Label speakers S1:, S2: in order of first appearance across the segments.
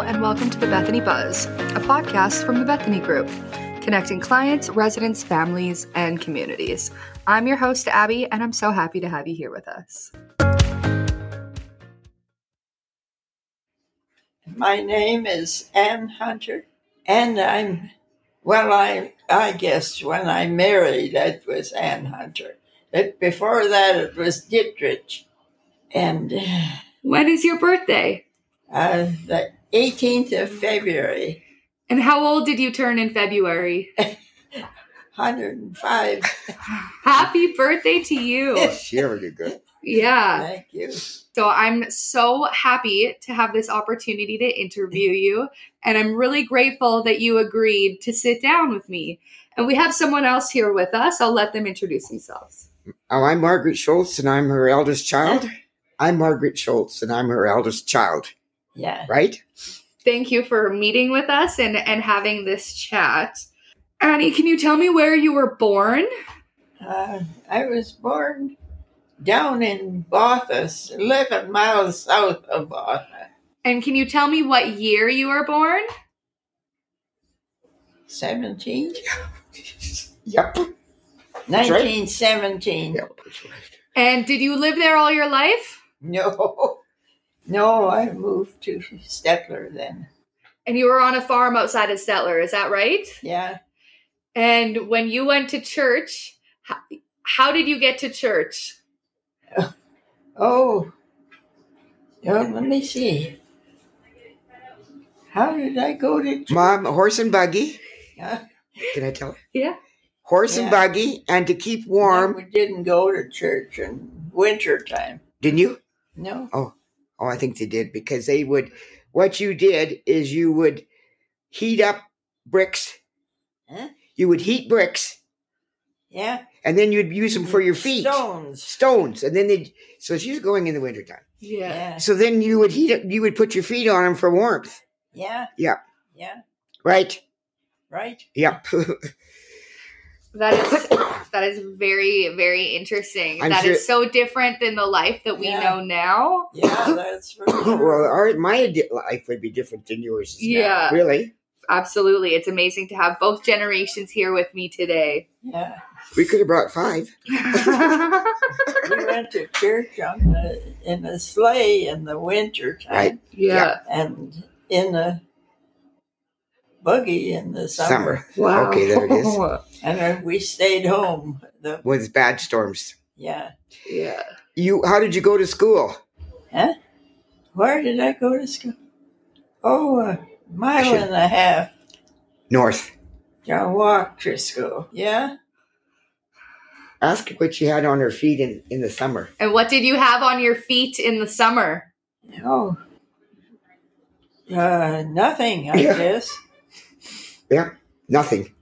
S1: the Bethany Buzz, a podcast from the Bethany Group, connecting clients, residents, families, and communities. I'm your host, Abby, and I'm so happy to have you here with us.
S2: My name is Ann Hunter, and I'm, well, I, I guess when I married, it was Ann Hunter. But before that, it was Dietrich. And
S1: When is your birthday?
S2: uh, the 18th of February,
S1: And how old did you turn in February?
S2: 105.
S1: Happy birthday to you.
S3: She ever did good.
S1: Yeah.
S2: Thank you.
S1: So I'm so happy to have this opportunity to interview you. And I'm really grateful that you agreed to sit down with me. And we have someone else here with us. I'll let them introduce themselves.
S3: Oh, I'm Margaret Schultz, and I'm her eldest child. I'm Margaret Schultz, and I'm her eldest child.
S2: Yeah.
S3: Right?
S1: Thank you for meeting with us and, and having this chat. Annie, can you tell me where you were born?
S2: Uh, I was born down in Bothas, 11 miles south of Botha,
S1: And can you tell me what year you were born?
S2: 17,
S3: Yep.
S2: 1917.
S3: Yep. that's right.
S1: And did you live there all your life?
S2: No, no, I moved to Stettler then.
S1: And you were on a farm outside of Stettler, is that right?
S2: Yeah,
S1: And when you went to church, how, how did you get to church?
S2: oh, oh, let me see. How did I go to
S3: Mom, horse and buggy.
S2: Yeah.
S3: Can I tell her?
S1: Yeah.
S3: Horse and
S2: Yeah.
S3: buggy, and to keep warm.
S2: We didn't go to church in winter time.
S3: Didn't you?
S2: No,
S3: Oh, I think they did because they would. What you did is you would heat up bricks.
S2: Huh?
S3: You would heat bricks,
S2: yeah,
S3: and then you'd use them for
S2: Mm-hmm.
S3: your feet.
S2: stones.
S3: Stones, and then they. So she's going in the wintertime.
S1: Yeah.
S2: Yeah,
S3: So then you would heat up, you would put your feet on them for warmth,
S2: yeah,
S3: Yeah.
S2: yeah.
S3: right?
S2: Right.
S3: Yep.
S1: That is that is very very interesting. That
S3: I'm
S1: is
S3: sure-
S1: so different than the life that we
S2: Yeah.
S1: know now.
S2: Yeah, that's for
S3: well, uh,
S2: sure.
S3: our, my di- life would be different than yours. is now.
S1: Yeah.
S3: Really?
S1: Absolutely. It's amazing to have both generations here with me today.
S2: Yeah,
S3: We could have brought five.
S2: we went to church on the, in a sleigh in the winter time.
S3: Right.
S1: yeah.
S2: and in a buggy in the summer.
S1: Wow.
S3: Okay, there it is.
S2: And then we stayed home. The,
S3: With bad storms.
S2: yeah.
S1: yeah.
S3: You, how did you go to school?
S2: Where did I go to school? Oh, a mile and a half.
S3: North.
S2: I walked to school. Yeah.
S3: Ask her what she had on her feet in, in the summer.
S1: And what did you have on your feet in the summer?
S2: Oh. Uh, nothing, I
S3: Yeah.
S2: guess.
S3: Nothing.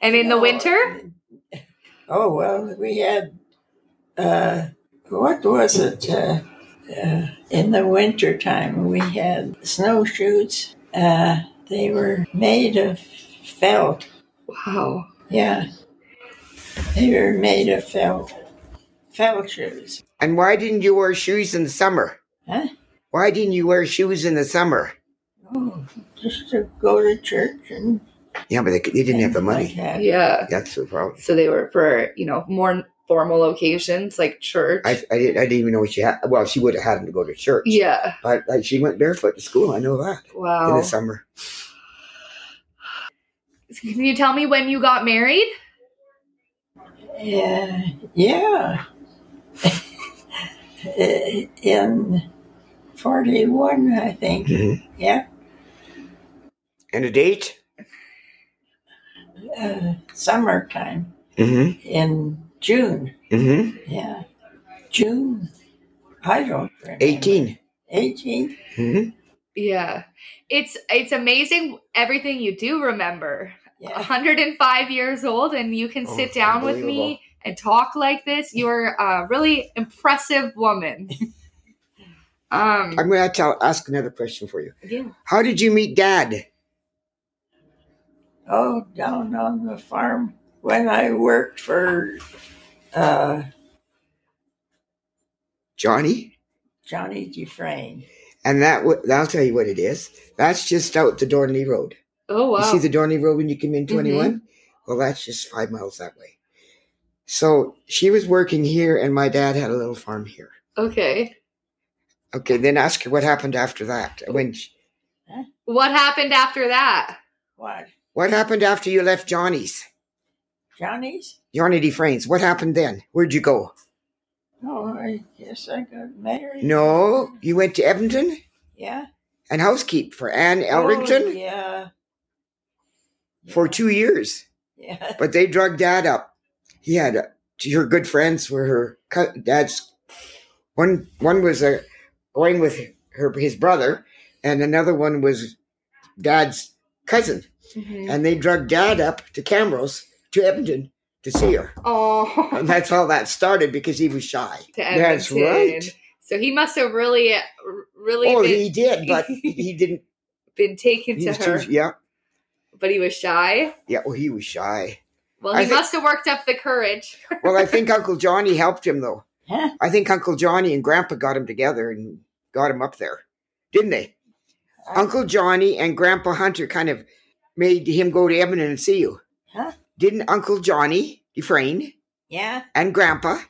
S1: And in the
S2: No.
S1: winter?
S2: Oh well, we had uh, what was it uh, uh, in the winter time? We had snowshoes. Uh, they were made of felt.
S1: Wow.
S2: Yeah, they were made of felt. Felt shoes.
S3: And why didn't you wear shoes in the summer?
S2: Huh?
S3: Why didn't you wear shoes in the summer?
S2: Oh, just to go to church and
S3: Yeah, but they, they didn't have the
S2: things
S3: money.
S2: Like that.
S1: Yeah.
S3: That's the problem.
S1: So they were for, you know, more formal occasions like church.
S3: I, I, didn't, I didn't even know what she had. Well, she would have had them to go to church.
S1: yeah. Oh.
S3: But like, she went barefoot to school. I know that. in
S1: Wow.
S3: the summer.
S1: Can you tell me when you got married?
S2: Yeah, yeah. Eh, in forty-one, I think.
S3: Mm-hmm.
S2: Yeah.
S3: And a date?
S2: uh, summertime
S3: Mm-hmm.
S2: in June.
S3: Mm-hmm.
S2: Yeah. June. I don't remember.
S3: 18.
S2: 18?
S3: Mm-hmm.
S1: Yeah. It's it's amazing everything you do remember.
S2: Yeah.
S1: 105 years old and you can
S3: Oh,
S1: sit down with me
S3: unbelievable.
S1: and talk like this. You're a really impressive woman. um
S3: I'm going to tell, ask another question for you.
S1: yeah.
S3: How did you meet Dad?
S2: Oh, down on the farm when I worked for uh,
S3: Johnny?
S2: Johnny Dufresne.
S3: and that w- I'll tell you what it is. That's just out the Dorney Road.
S1: Oh wow. Mm-hmm.
S3: You see the Dorney Road when you come in 21? Well, that's just five miles that way. So she was working here, and my dad had a little farm here.
S1: okay.
S3: Okay, then ask her what happened after that. When she-
S1: What happened after that?
S2: What?
S3: what happened after you left Johnny's,
S2: Johnny's?
S3: Johnny Dufresne's? What happened then? Where'd you go?
S2: Oh, I guess I got married.
S3: No, you went to Edmonton
S2: Yeah.
S3: and housekeep for Anne
S2: Oh,
S3: Elrington
S2: yeah.
S3: for two years.
S2: Yeah.
S3: But they drugged dad up. He had uh, her good friends were her cou- dad's. One one was uh, going with her his brother, and another one was dad's cousin. And they drugged dad up to Camrose to Edmonton to see her,
S1: Oh,
S3: and that's how that started because he was shy.
S1: to Edmonton.
S3: That's right.
S1: So he must have really, really
S3: Oh,
S1: been,
S3: he did, but he didn't.
S1: been taken
S3: He
S1: to
S3: was
S1: her,
S3: too, yeah,
S1: but he was shy.
S3: yeah. Oh, he was shy.
S1: Well,
S3: I
S1: he
S3: think-
S1: must have worked up the courage.
S3: Well, I think Uncle Johnny helped him though.
S2: Huh?
S3: I think Uncle Johnny and Grandpa got him together and got him up there, didn't they?
S2: I-
S3: Uncle Johnny and Grandpa Hunter kind of made him go to Edmonton and see you.
S2: Huh?
S3: Didn't Uncle Johnny Dufresne
S2: Yeah.
S3: and Grandpa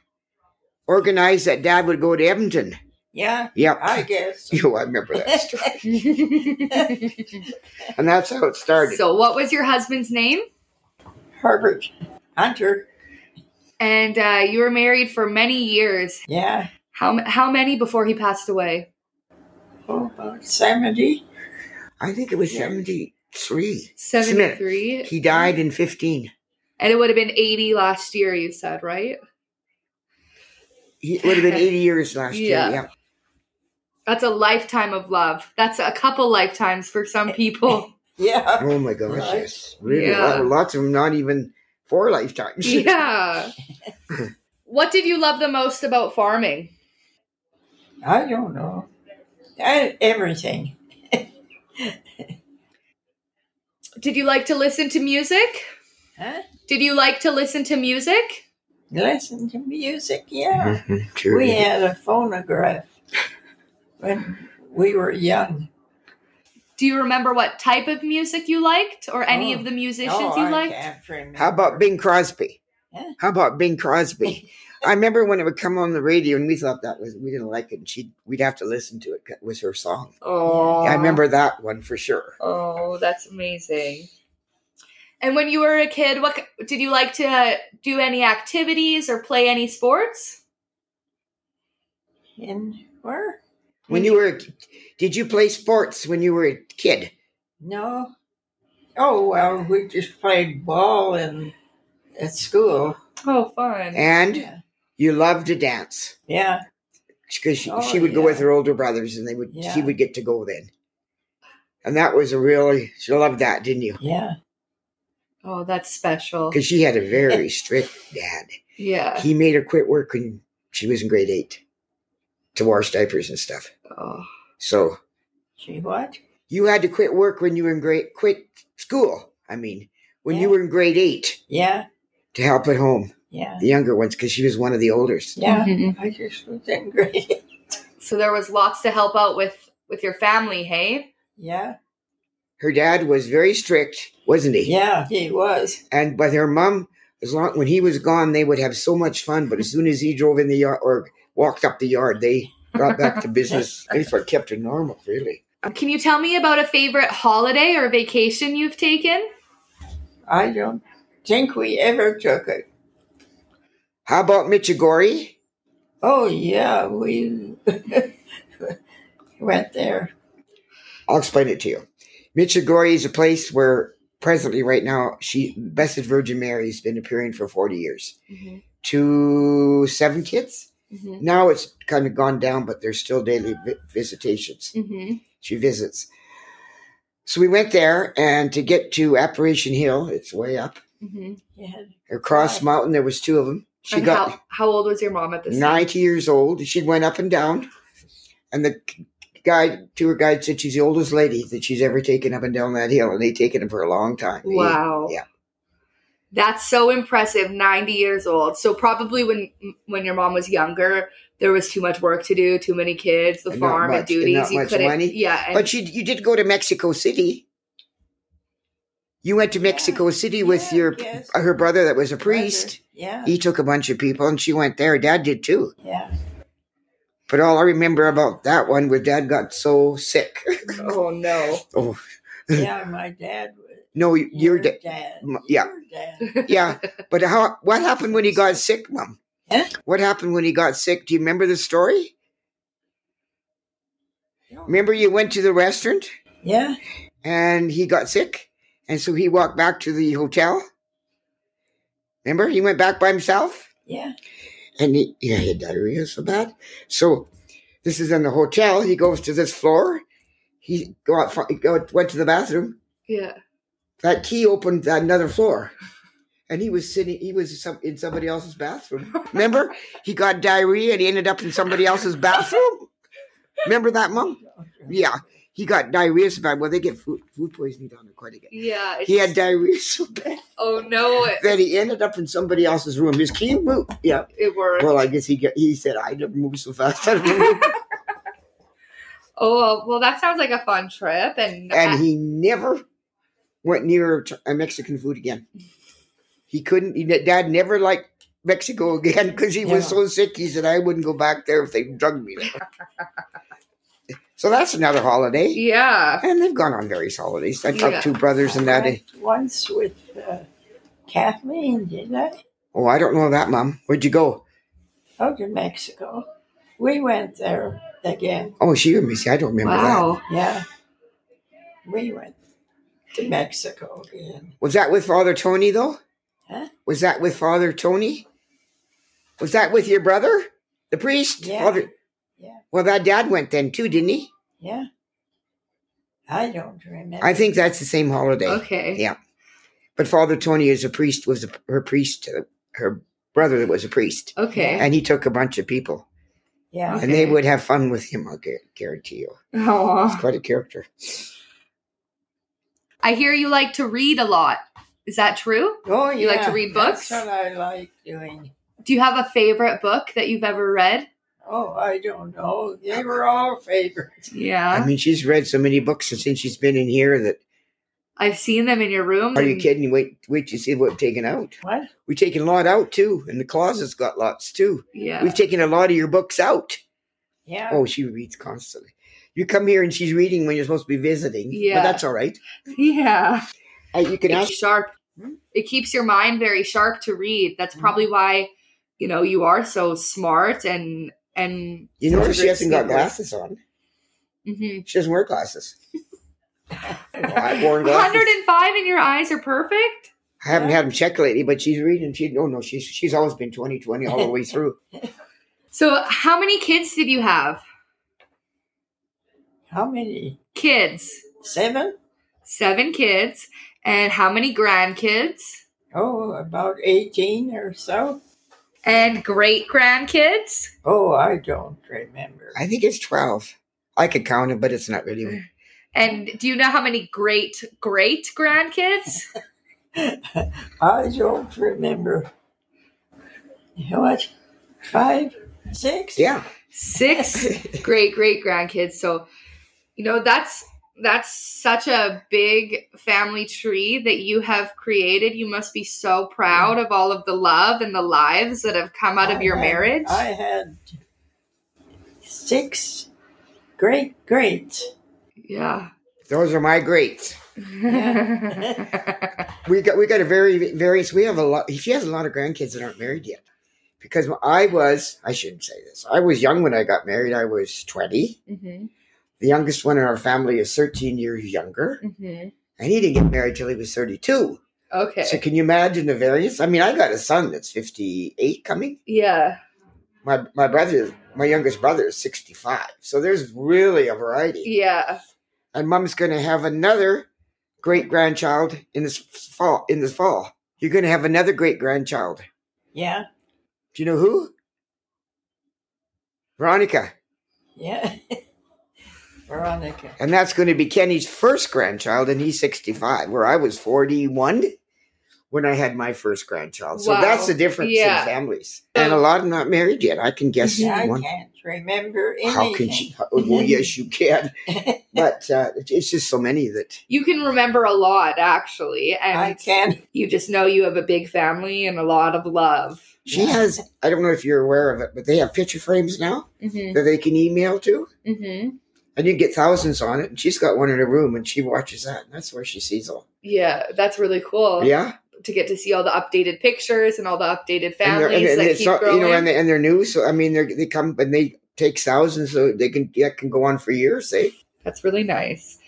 S3: organize that Dad would go to Edmonton?
S2: Yeah.
S3: Yep.
S2: I guess.
S3: You, I remember that, and that's how it started.
S1: so, what was your husband's name?
S2: Herbert Hunter.
S1: And uh, you were married for many years.
S2: Yeah.
S1: How m- how many before he passed away?
S2: Oh, about 70.
S3: I think it was
S2: Yeah.
S3: seventy-three.
S1: Seventy three,
S3: He died in fifteen.
S1: and it would have been eighty last year. You said right?
S3: He it would have been eighty years last
S1: Yeah.
S3: year. Yeah.
S1: That's a lifetime of love. That's a couple lifetimes for some people.
S2: Yeah.
S3: Oh my gosh,
S2: Right.
S3: yes, really.
S1: Yeah.
S3: Lot- Lots of them, not even four lifetimes.
S1: yeah. What did you love the most about farming?
S2: I don't know. I, everything.
S1: Did you like to listen to music?
S2: Huh?
S1: Did you like to listen to music?
S2: Listen to music. Yeah.
S3: Mhm, sure.
S2: We had a phonograph when we were young.
S1: Do you remember what type of music you liked or any
S2: Oh.
S1: of the musicians
S2: oh,
S1: you
S2: I
S1: liked?
S2: can't remember.
S3: How about Bing Crosby?
S2: Yeah.
S3: How about Bing Crosby? I remember when it would come on the radio, and we thought that was we didn't like it, and she we'd have to listen to it. 'cause It was her song.
S1: Oh,
S3: I remember that one for sure.
S1: Oh, that's amazing. And when you were a kid, what ki- did you like to do any activities or play any sports?
S2: In where?
S3: When
S2: Mm-hmm.
S3: you were, a ki- did you play sports when you were a kid?
S2: No. Oh well, we just played ball in at school.
S1: Oh, fun.
S3: And
S2: Yeah.
S3: you loved to dance
S2: Yeah.
S3: because she,
S2: Oh,
S3: she would go with
S2: yeah.
S3: her older brothers, and they would she
S2: Yeah.
S3: would get to go then. And that was a really she loved that, didn't you?
S2: Yeah.
S1: oh, that's special.
S3: Because she had a very strict dad.
S1: Yeah.
S3: he made her quit work when she was in grade eight to wash diapers and stuff.
S1: Oh.
S3: So
S2: She what?
S3: you had to quit work when you were in grade quit school. I mean, when you
S2: Yeah.
S3: were in grade eight
S2: Yeah.
S3: to help at home,
S2: Yeah.
S3: the younger ones, because she was one of the oldest.
S2: Yeah.
S1: Mhm.
S2: I just was in grade.
S1: So there was lots to help out with with your family, hey?
S2: Yeah.
S3: Her dad was very strict, wasn't he?
S2: Yeah. He was.
S3: And but her mom, as long when he was gone, they would have so much fun. But as soon as he drove in the yard or walked up the yard, they got back to business. That's what kept her normal, really.
S1: Can you tell me about a favorite holiday or vacation you've taken?
S2: I don't think we ever took it.
S3: How about Michigori?
S2: Oh yeah, we went there.
S3: I'll explain it to you. Michigori is a place where presently, right now, she Blessed Virgin Mary has been appearing for 40 years to seven kids.
S1: hmm
S3: Now it's kind of gone down, but there's still daily vi- visitations.
S1: hmm
S3: She visits. So we went there, and to get to Apparition Hill, it's way up
S1: hmm
S2: Yeah.
S3: across
S2: Wow.
S3: mountain. There was two of them. She
S1: and
S3: got
S1: how, how old was your mom at this time?
S3: 90 years old. She went up and down, and the guide tour guide said she's the oldest lady that she's ever taken up and down that hill, and they taken her for a long time. They-
S1: Wow.
S3: Yeah.
S1: That's so impressive. 90 years old. So probably when when your mom was younger, there was too much work to do, too many kids, the
S3: And not
S1: farm
S3: much-
S1: and
S3: and
S1: duties.
S3: not
S1: you
S3: much
S1: couldn't.
S3: money.
S1: Yeah. And,
S3: But you you did go to Mexico City. You went to
S2: Yeah.
S3: Mexico City with
S2: Yeah,
S3: your
S2: yes.
S3: her brother that was a priest.
S2: Yeah,
S3: He took a bunch of people, and she went there. Dad did too.
S2: yeah.
S3: But all I remember about that one was Dad got so sick.
S1: oh no.
S3: Oh
S2: Yeah, my dad was.
S3: no, you- your da-
S2: dad.
S3: m- yeah.
S2: Your dad.
S3: yeah. But how? What happened when he got sick, Mom?
S2: Huh?
S3: What happened when he got sick? Do you remember the story? Remember you went to the restaurant
S2: Yeah,
S3: and he got sick, and so he walked back to the hotel. Remember, he went back by himself.
S2: yeah,
S3: and he, yeah, he had diarrhea so bad. So this is in the hotel. He goes to this floor. He got, fi- got went to the bathroom.
S1: Yeah.
S3: That key opened another floor, and he was sitting. He was some, in somebody else's bathroom. Remember, he got diarrhea and he ended up in somebody else's bathroom. Remember that, mom? Yeah, he got diarrhea so bad. Well, they get food, food poisoning down there quite a bit.
S1: Yeah.
S3: He had
S1: it's-
S3: diarrhea so bad
S1: oh no. It,
S3: that he ended up in somebody else's room. His key moved. Yeah,
S1: it worked.
S3: well, I guess he get, he said I never moved so fast. I don't know."
S1: oh well, that sounds like a fun trip. And,
S3: and he never went near a t- a Mexican food again. He couldn't. He, Dad never liked Mexico again because he was
S2: Yeah.
S3: so sick. He said I wouldn't go back there if they drugged me there. so that's another holiday.
S1: yeah.
S3: And they've gone on various holidays. I talked
S1: Yeah.
S3: two brothers and that.
S2: I once with uh, Kathleen, did I?
S3: Oh, I don't know that, Mom. Where'd you go?
S2: Oh, to Mexico. We went there again.
S3: Oh, she or Missy? I don't remember
S1: Wow.
S2: Yeah, we went to Mexico again.
S3: that. Was that with Father Tony though?
S2: Huh?
S3: Was that with Father Tony? Was that with your brother, the priest?
S2: Yeah.
S3: Father.
S2: Yeah,
S3: Well, that dad went then too, didn't he?
S2: yeah. I don't remember.
S3: I think that's the same holiday.
S1: Okay.
S3: Yeah. But Father Tony is a priest. Was a, her priest, uh, her brother that was a priest,
S1: Okay.
S3: and he took a bunch of people,
S2: Yeah,
S3: and they
S1: Okay.
S3: would have fun with him. I gu- guarantee you,
S1: Aw.
S3: he's quite a character.
S1: I hear you like to read a lot. Is that true?
S2: Oh,
S1: You like to
S2: yeah,
S1: read books?
S2: That's what I like doing.
S1: Do you have a favorite book that you've ever read?
S2: Oh, I don't know. They were all favorites.
S3: I
S1: Yeah.
S3: mean, she's read so many books since she's been in here that
S1: I've seen them in your room.
S3: are you
S1: and-
S3: kidding? Wait, wait, you see what we've taken out.
S2: What?
S3: We've taken a lot out too, and the closet's got lots too.
S1: Yeah.
S3: We've taken a lot of your books out.
S2: Yeah.
S3: Oh, she reads constantly. You come here and she's reading when you're supposed to be visiting.
S1: Yeah.
S3: but that's all right.
S1: Yeah.
S3: Uh, you can ask.
S1: It's sharp.
S3: Hmm?
S1: It keeps your mind very sharp to read. That's
S3: Hmm.
S1: probably why, you know, you are so smart and and
S3: You
S1: such a
S3: notice she
S1: great
S3: hasn't got
S1: speaker.
S3: glasses on.
S1: Mhm.
S3: She doesn't wear glasses. Oh, I've worn glasses.
S1: 105 and your eyes are perfect.
S3: I haven't had them checked lately, but she's reading. She oh no, she's she's always been 2020 all the way through.
S1: So, how many kids did you have?
S2: How many?
S1: Kids.
S2: Seven?
S1: 7 kids. And how many grandkids?
S2: Oh, about 18 or so.
S1: And great grandkids?
S2: Oh, I don't remember.
S3: I think it's 12. I could count them, but it's not really.
S1: And do you know how many great great grandkids?
S2: I don't remember. What? Five? Six?
S3: Yeah,
S1: six great great grandkids so you know that's that's such a big family tree that you have created you must be so proud of all of the love and the lives that have come out of
S2: I
S1: your
S2: had-
S1: marriage
S2: I had six great greats.
S1: yeah
S3: those are my greats. We got we got a very various. We have a lot. She has a lot of grandkids that aren't married yet. Because I was, I shouldn't say this. I was young when I got married. I was 20.
S1: Mhm,
S3: The youngest one in our family is 13 years younger,
S1: mhm.
S3: and he didn't get married till he was 32. So
S1: okay
S3: can you imagine the variance? I mean, I got a son that's 58 coming.
S1: yeah
S3: My my brother, my youngest brother is 65. So there's really a variety.
S1: yeah
S3: And mom's going to have another great grandchild in this fall. In this fall, you're going to have another great grandchild.
S2: Yeah,
S3: Do you know who? Veronica.
S2: yeah. Veronica.
S3: And that's going to be Kenny's first grandchild, and he's 65. Where I was 41, when I had my first grandchild. So
S1: Wow.
S3: that's the difference
S1: Yeah.
S3: in families. And a lot are not married yet. I can guess
S2: I
S3: one.
S2: can't remember anything.
S3: How can she? How, well, yes, you can. But uh, it's just so many that
S1: You can remember a lot, actually. And
S2: I can't.
S1: you just know you have a big family and a lot of love.
S3: she has. I don't know if you're aware of it, but they have picture frames now
S1: Mm-hmm.
S3: that they can email to.
S1: Mm-hmm.
S3: And you get thousands on it. And she's got one in her room and she watches that. And that's where she sees all.
S1: Yeah, that's really cool.
S3: Yeah.
S1: To get to see all the updated pictures and all the updated
S3: And they're-
S1: families
S3: and, and
S1: that
S3: it's
S1: keep
S3: all-
S1: growing.
S3: you know, and, they, and they're new. So, I mean, they're, they come and they take thousands. So they can, that can go on for years. eh? They,
S1: That's really nice.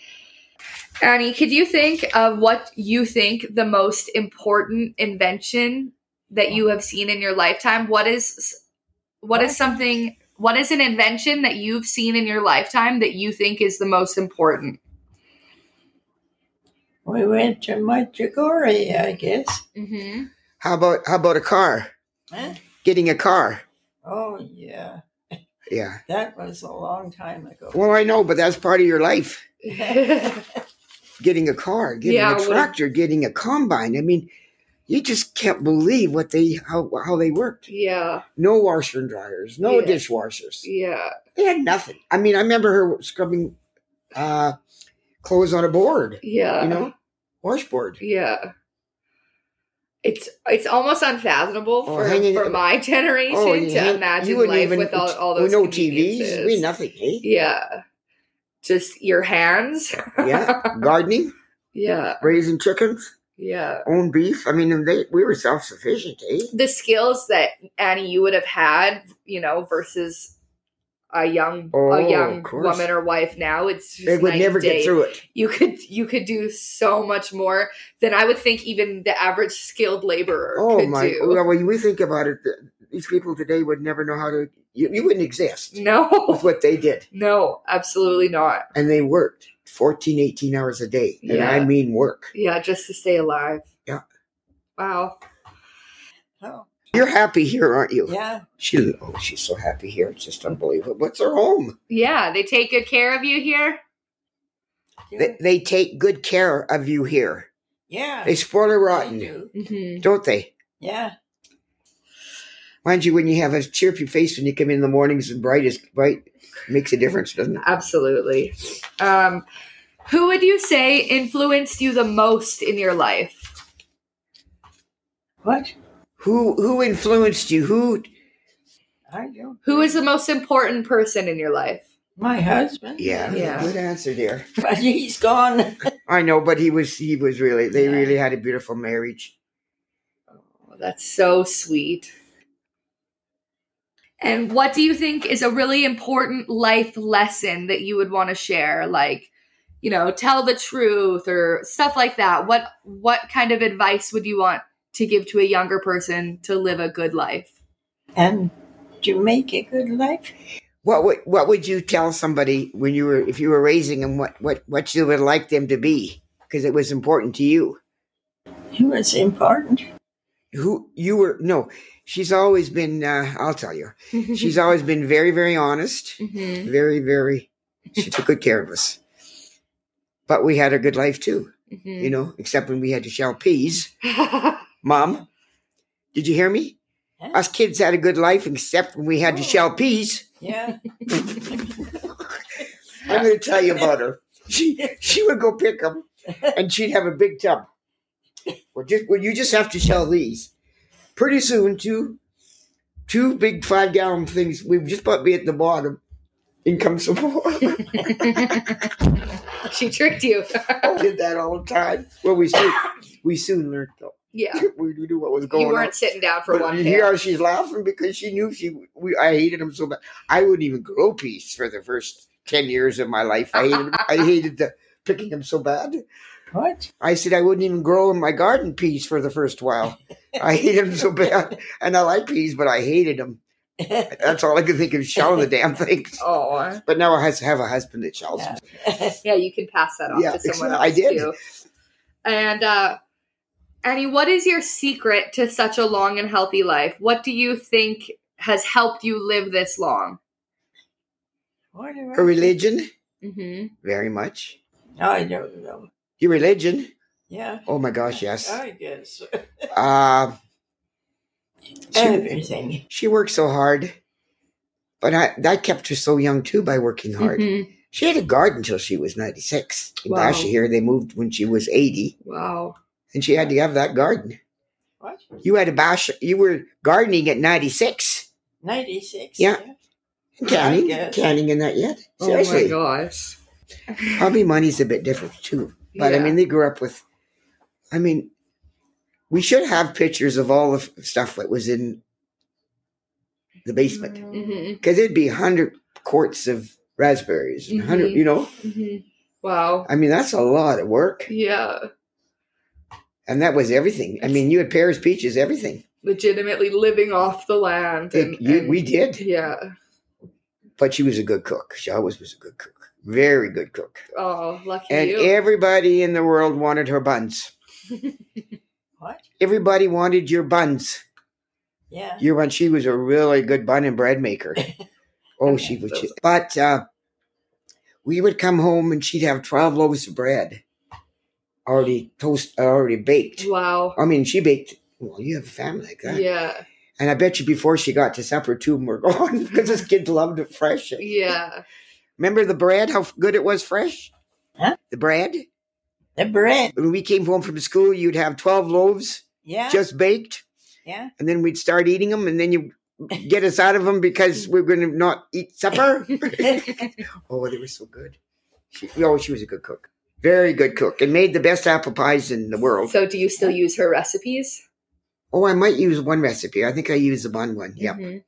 S1: Annie, could you think of what you think the most important invention that you have seen in your lifetime? What is what is something what is an invention that you've seen in your lifetime that you think is the most important?
S2: We went to Medjugorje, I guess.
S1: Mm-hmm.
S3: How about how about a car?
S2: Huh?
S3: Getting a car.
S2: Oh, yeah.
S3: Yeah.
S2: That was a long time ago.
S3: Well, I know, but that's part of your life. Getting a car, getting
S1: Yeah,
S3: a
S1: well-
S3: tractor, getting a combine. I mean, you just can't believe what they how how they worked.
S1: yeah,
S3: No washer and dryers, no
S1: Yeah.
S3: dishwashers.
S1: yeah.
S3: They had nothing. I mean, I remember her scrubbing uh clothes on a board,
S1: Yeah.
S3: you know, washboard.
S1: Yeah. It's it's almost unfathomable
S3: Oh,
S1: for,
S3: hanging-
S1: for my generation
S3: Oh,
S1: to
S3: yeah.
S1: imagine life without all those
S3: no
S1: conveniences.
S3: TVs, we nothing. eh?
S1: Yeah. Just your hands.
S3: yeah, gardening,
S1: Yeah.
S3: raising chickens.
S1: Yeah.
S3: own beef. I mean, and they we were self sufficient, eh?
S1: The skills that Annie you would have had, you know, versus a young
S3: Oh,
S1: a young
S3: of course.
S1: woman or wife now, it's just
S3: They would
S1: night
S3: never
S1: and day.
S3: get through it.
S1: You could you could do so much more than I would think even the average skilled laborer
S3: Oh
S1: could
S3: my!
S1: do.
S3: Well, when we think about it, th- these people today would never know how to. You, you wouldn't exist
S1: No.
S3: with what they did,
S1: No, absolutely not.
S3: and they worked 14, 18 hours a day, and I
S1: Yeah.
S3: mean work.
S1: Yeah, just to stay alive.
S3: Yeah.
S1: Wow.
S2: Oh,
S3: You're happy here, aren't you?
S2: yeah.
S3: She, oh, she's so happy here. It's just unbelievable. What's her home?
S1: Yeah, they take good care of you here.
S3: They, they take good care of you here.
S2: Yeah.
S3: They spoil her
S2: they
S3: rotten,
S2: do.
S1: Mm-hmm.
S3: don't they?
S2: Yeah.
S3: Mind you, when you have a cheerful face when you come in the mornings and bright as bright, makes a difference, doesn't it?
S1: Absolutely. Um, who would you say influenced you the most in your life?
S2: What?
S3: Who who influenced you? Who
S2: I don't.
S1: Who is the most important person in your life?
S2: My husband.
S3: Yeah,
S1: Yeah.
S3: good answer, dear.
S2: But he's gone.
S3: I know, but he was he was really they
S2: Yeah.
S3: really had a beautiful marriage.
S1: Oh, that's so sweet. And what do you think is a really important life lesson that you would want to share? Like, you know, tell the truth or stuff like that. What what kind of advice would you want to give to a younger person to live a good life?
S2: And to make a good life.
S3: What would what would you tell somebody when you were if you were raising them what what what you would like them to be because it was important to you.
S2: It was important.
S3: Who you were? No, she's always been. Uh, I'll tell you, she's always been very very honest,
S1: Mhm.
S3: very very. She took good care of us, but we had a good life too, you
S1: Mhm.
S3: know. Except when we had to shell peas. Mom, did you hear me?
S2: Huh?
S3: Us kids had a good life except when we had to
S2: Oh.
S3: shell peas.
S2: Yeah.
S3: I'm going to tell you about her. She she would go pick them, and she'd have a big tub. Well, just well, you just have to shell these. Pretty soon, two two big five gallon things. We just about be at the bottom. In comes some more.
S1: she tricked you.
S3: Did that all the time. Well, we soon we soon learned though.
S1: yeah.
S3: We knew what was going
S1: You
S3: on.
S1: weren't sitting down for
S3: But
S1: one
S3: you hear
S1: pair.
S3: how she's laughing because she knew she. We, I hated him so bad. I wouldn't even grow peas for the first ten years of my life. I hated. I hated the picking them so bad.
S2: What?
S3: I said I wouldn't even grow in my garden peas for the first while. I hated them so bad, and I like peas, but I hated them. That's all I could think of shelling the damn things.
S1: Oh.
S3: But now I has- have a husband that shells.
S2: Yeah.
S3: them.
S1: Yeah, you can pass that off
S3: Yeah,
S1: to someone else
S3: exactly. I did.
S1: too. And uh Annie, what is your secret to such a long and healthy life? What do you think has helped you live this long?
S2: What do I-
S3: Her religion,
S1: Mm-hmm.
S3: very much.
S2: I don't know.
S3: Your religion.
S2: Yeah.
S3: Oh my gosh, yes.
S2: I guess
S3: Uh, she,
S2: everything.
S3: she worked so hard, but I, that kept her so young too by working hard.
S1: Mhm.
S3: She had a garden till she was 96. In
S1: Wow.
S3: Basha here, they moved when she was 80,
S1: Wow.
S3: and she had to have that garden.
S2: What?
S3: You had a Basha, you were gardening at 96.
S2: Ninety six.
S3: Yeah. Canning,
S2: I guess.
S3: canning in that yet.
S1: Oh my
S3: Seriously.
S1: gosh.
S3: Probably money's a bit different too. But I
S1: Yeah.
S3: mean, they grew up with, I mean, we should have pictures of all the f- stuff that was in the basement.
S2: Mm.
S1: Mhm,
S3: because it'd be 100 quarts of raspberries and 100
S1: Mhm.
S3: you know
S1: mhm. Wow.
S3: i mean that's a lot of work
S1: Yeah.
S3: and that was everything i mean you had pears peaches everything
S1: Legitimately living off the land.
S3: It-
S1: And,
S3: you-
S1: and-
S3: we did
S1: Yeah.
S3: but she was a good cook she always was a good cook very good cook
S1: Oh, lucky
S3: and
S1: you.
S3: everybody in the world wanted her buns
S2: What?
S3: everybody wanted your buns
S2: Yeah.
S3: your bun she was a really good bun and bread maker oh she was but uh, we would come home and she'd have 12 loaves of bread already toast already baked
S1: wow.
S3: I mean, she baked. Well, you have a family like that.
S1: Yeah.
S3: And I bet you before she got to supper, two of them were gone because this kid loved it fresh.
S1: Yeah.
S3: Remember the bread, how good it was fresh?
S2: Huh?
S3: The bread?
S2: The bread.
S3: When we came home from school, you'd have 12 loaves
S2: Yeah.
S3: just baked,
S2: yeah.
S3: and then we'd start eating them, and then you get us out of them because we are going to not eat supper. oh, they were so good. She, oh, she was a good cook. Very good cook and made the best apple pies in the world.
S1: So, do you still use her recipes?
S3: oh, I might use one recipe. I think I used the bun one. Yeah.
S1: Mhm.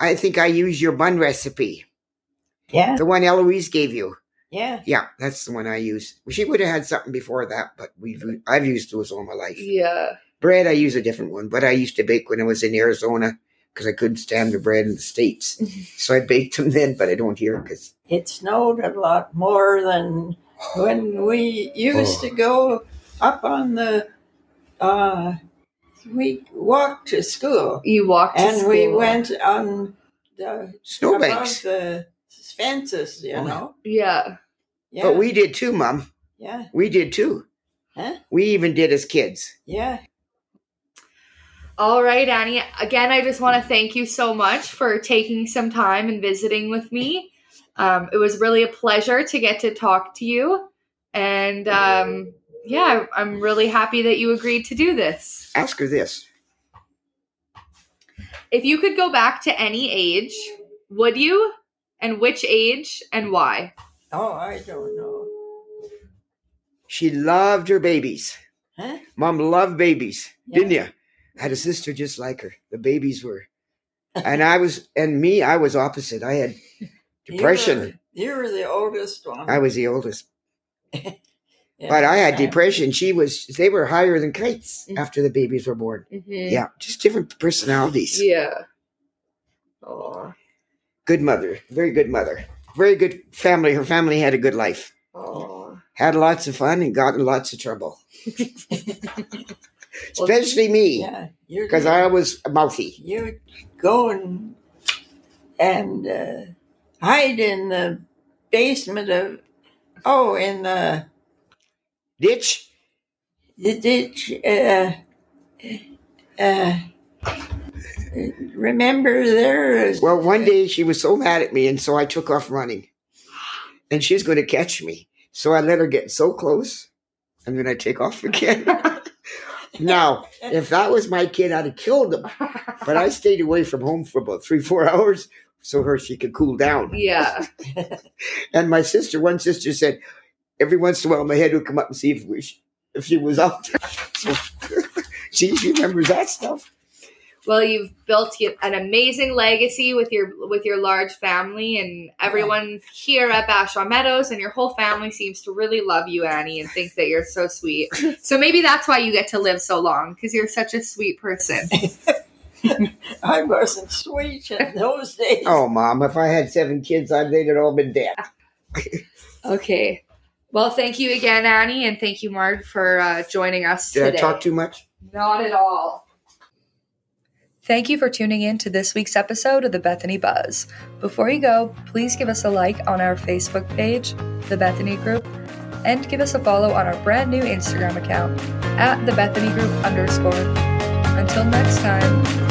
S3: I think I use your bun recipe,
S2: Yeah.
S3: the one Eloise gave you.
S2: Yeah.
S3: Yeah, that's the one I use. She would have had something before that, but we've I've used those all my life.
S1: Yeah.
S3: Bread, I use a different one, but I used to bake when I was in Arizona because I couldn't stand the bread in the states, so I baked them then. But I don't hear because
S2: It snowed a lot more than when we used to
S3: Oh.
S2: go up on the. Uh, we walked to school,
S1: You walked to
S2: and we
S1: school.
S2: went on the
S3: snowbanks.
S2: above the fences, you
S3: Oh.
S2: know.
S1: Yeah.
S2: Yeah.
S3: But we did too, Mom.
S2: Yeah.
S3: We did too.
S2: Huh?
S3: We even did as kids.
S2: Yeah.
S1: All right, Annie. Again, I just want to thank you so much for taking some time and visiting with me. Um, it was really a pleasure to get to talk to you. And um, yeah, I'm really happy that you agreed to do this.
S3: Ask her this.
S1: If you could go back to any age, would you? And which age and why?
S2: Oh, I don't know.
S3: She loved her babies.
S2: Huh?
S3: Mom loved babies,
S2: Yeah.
S3: didn't you? I had a sister just like her. The babies were, and I was, and me, I was opposite. I had depression.
S2: You were, you were the oldest one.
S3: I was the oldest,
S2: Yeah.
S3: but I had depression. She was. They were higher than kites
S1: Mm.
S3: after the babies were born.
S2: Mm-hmm.
S1: Mhm.
S3: Yeah, just different personalities.
S1: Yeah.
S2: Oh,
S1: Aw.
S3: Good mother, very good mother, very good family. Her family had a good life,
S1: Aw.
S2: oh.
S3: had lots of fun, and got in lots of trouble. Especially me,
S2: Yeah. You
S3: because I was mouthy.
S2: you go and and uh, hide in the basement of oh in the
S3: Ditch.
S2: the ditch. Uh, uh, remember there is
S3: Well, one day she was so mad at me, and so I took off running. And she's going to catch me. So I let her get so close, and then I take off again. now, if that was my kid, I'd have killed him. But I stayed away from home for about three, four hours so her she could cool down.
S1: Yeah.
S3: And my sister, one sister said, every once in a while my head would come up and see if we, if she was out there. So, she she remembers that stuff.
S1: Well, you've built y- an amazing legacy with your with your large family, and everyone here at Bashaw Meadows and your whole family seems to really love you, Annie, and think that you're so sweet. So maybe that's why you get to live so long because you're such a sweet person.
S2: I wasn't sweet in those days.
S3: Oh, mom, if I had seven kids, I'd, they'd have all been dead.
S1: Okay. Well, thank you again, Annie, and thank you, Marg, for uh, joining us
S3: Did
S1: today.
S3: I talk too much?
S1: Not at all. Thank you for tuning in to this week's episode of the Bethany Buzz. Before you go, please give us a like on our Facebook page, The Bethany Group, and give us a follow on our brand new Instagram account at the Bethany Group underscore. Until next time.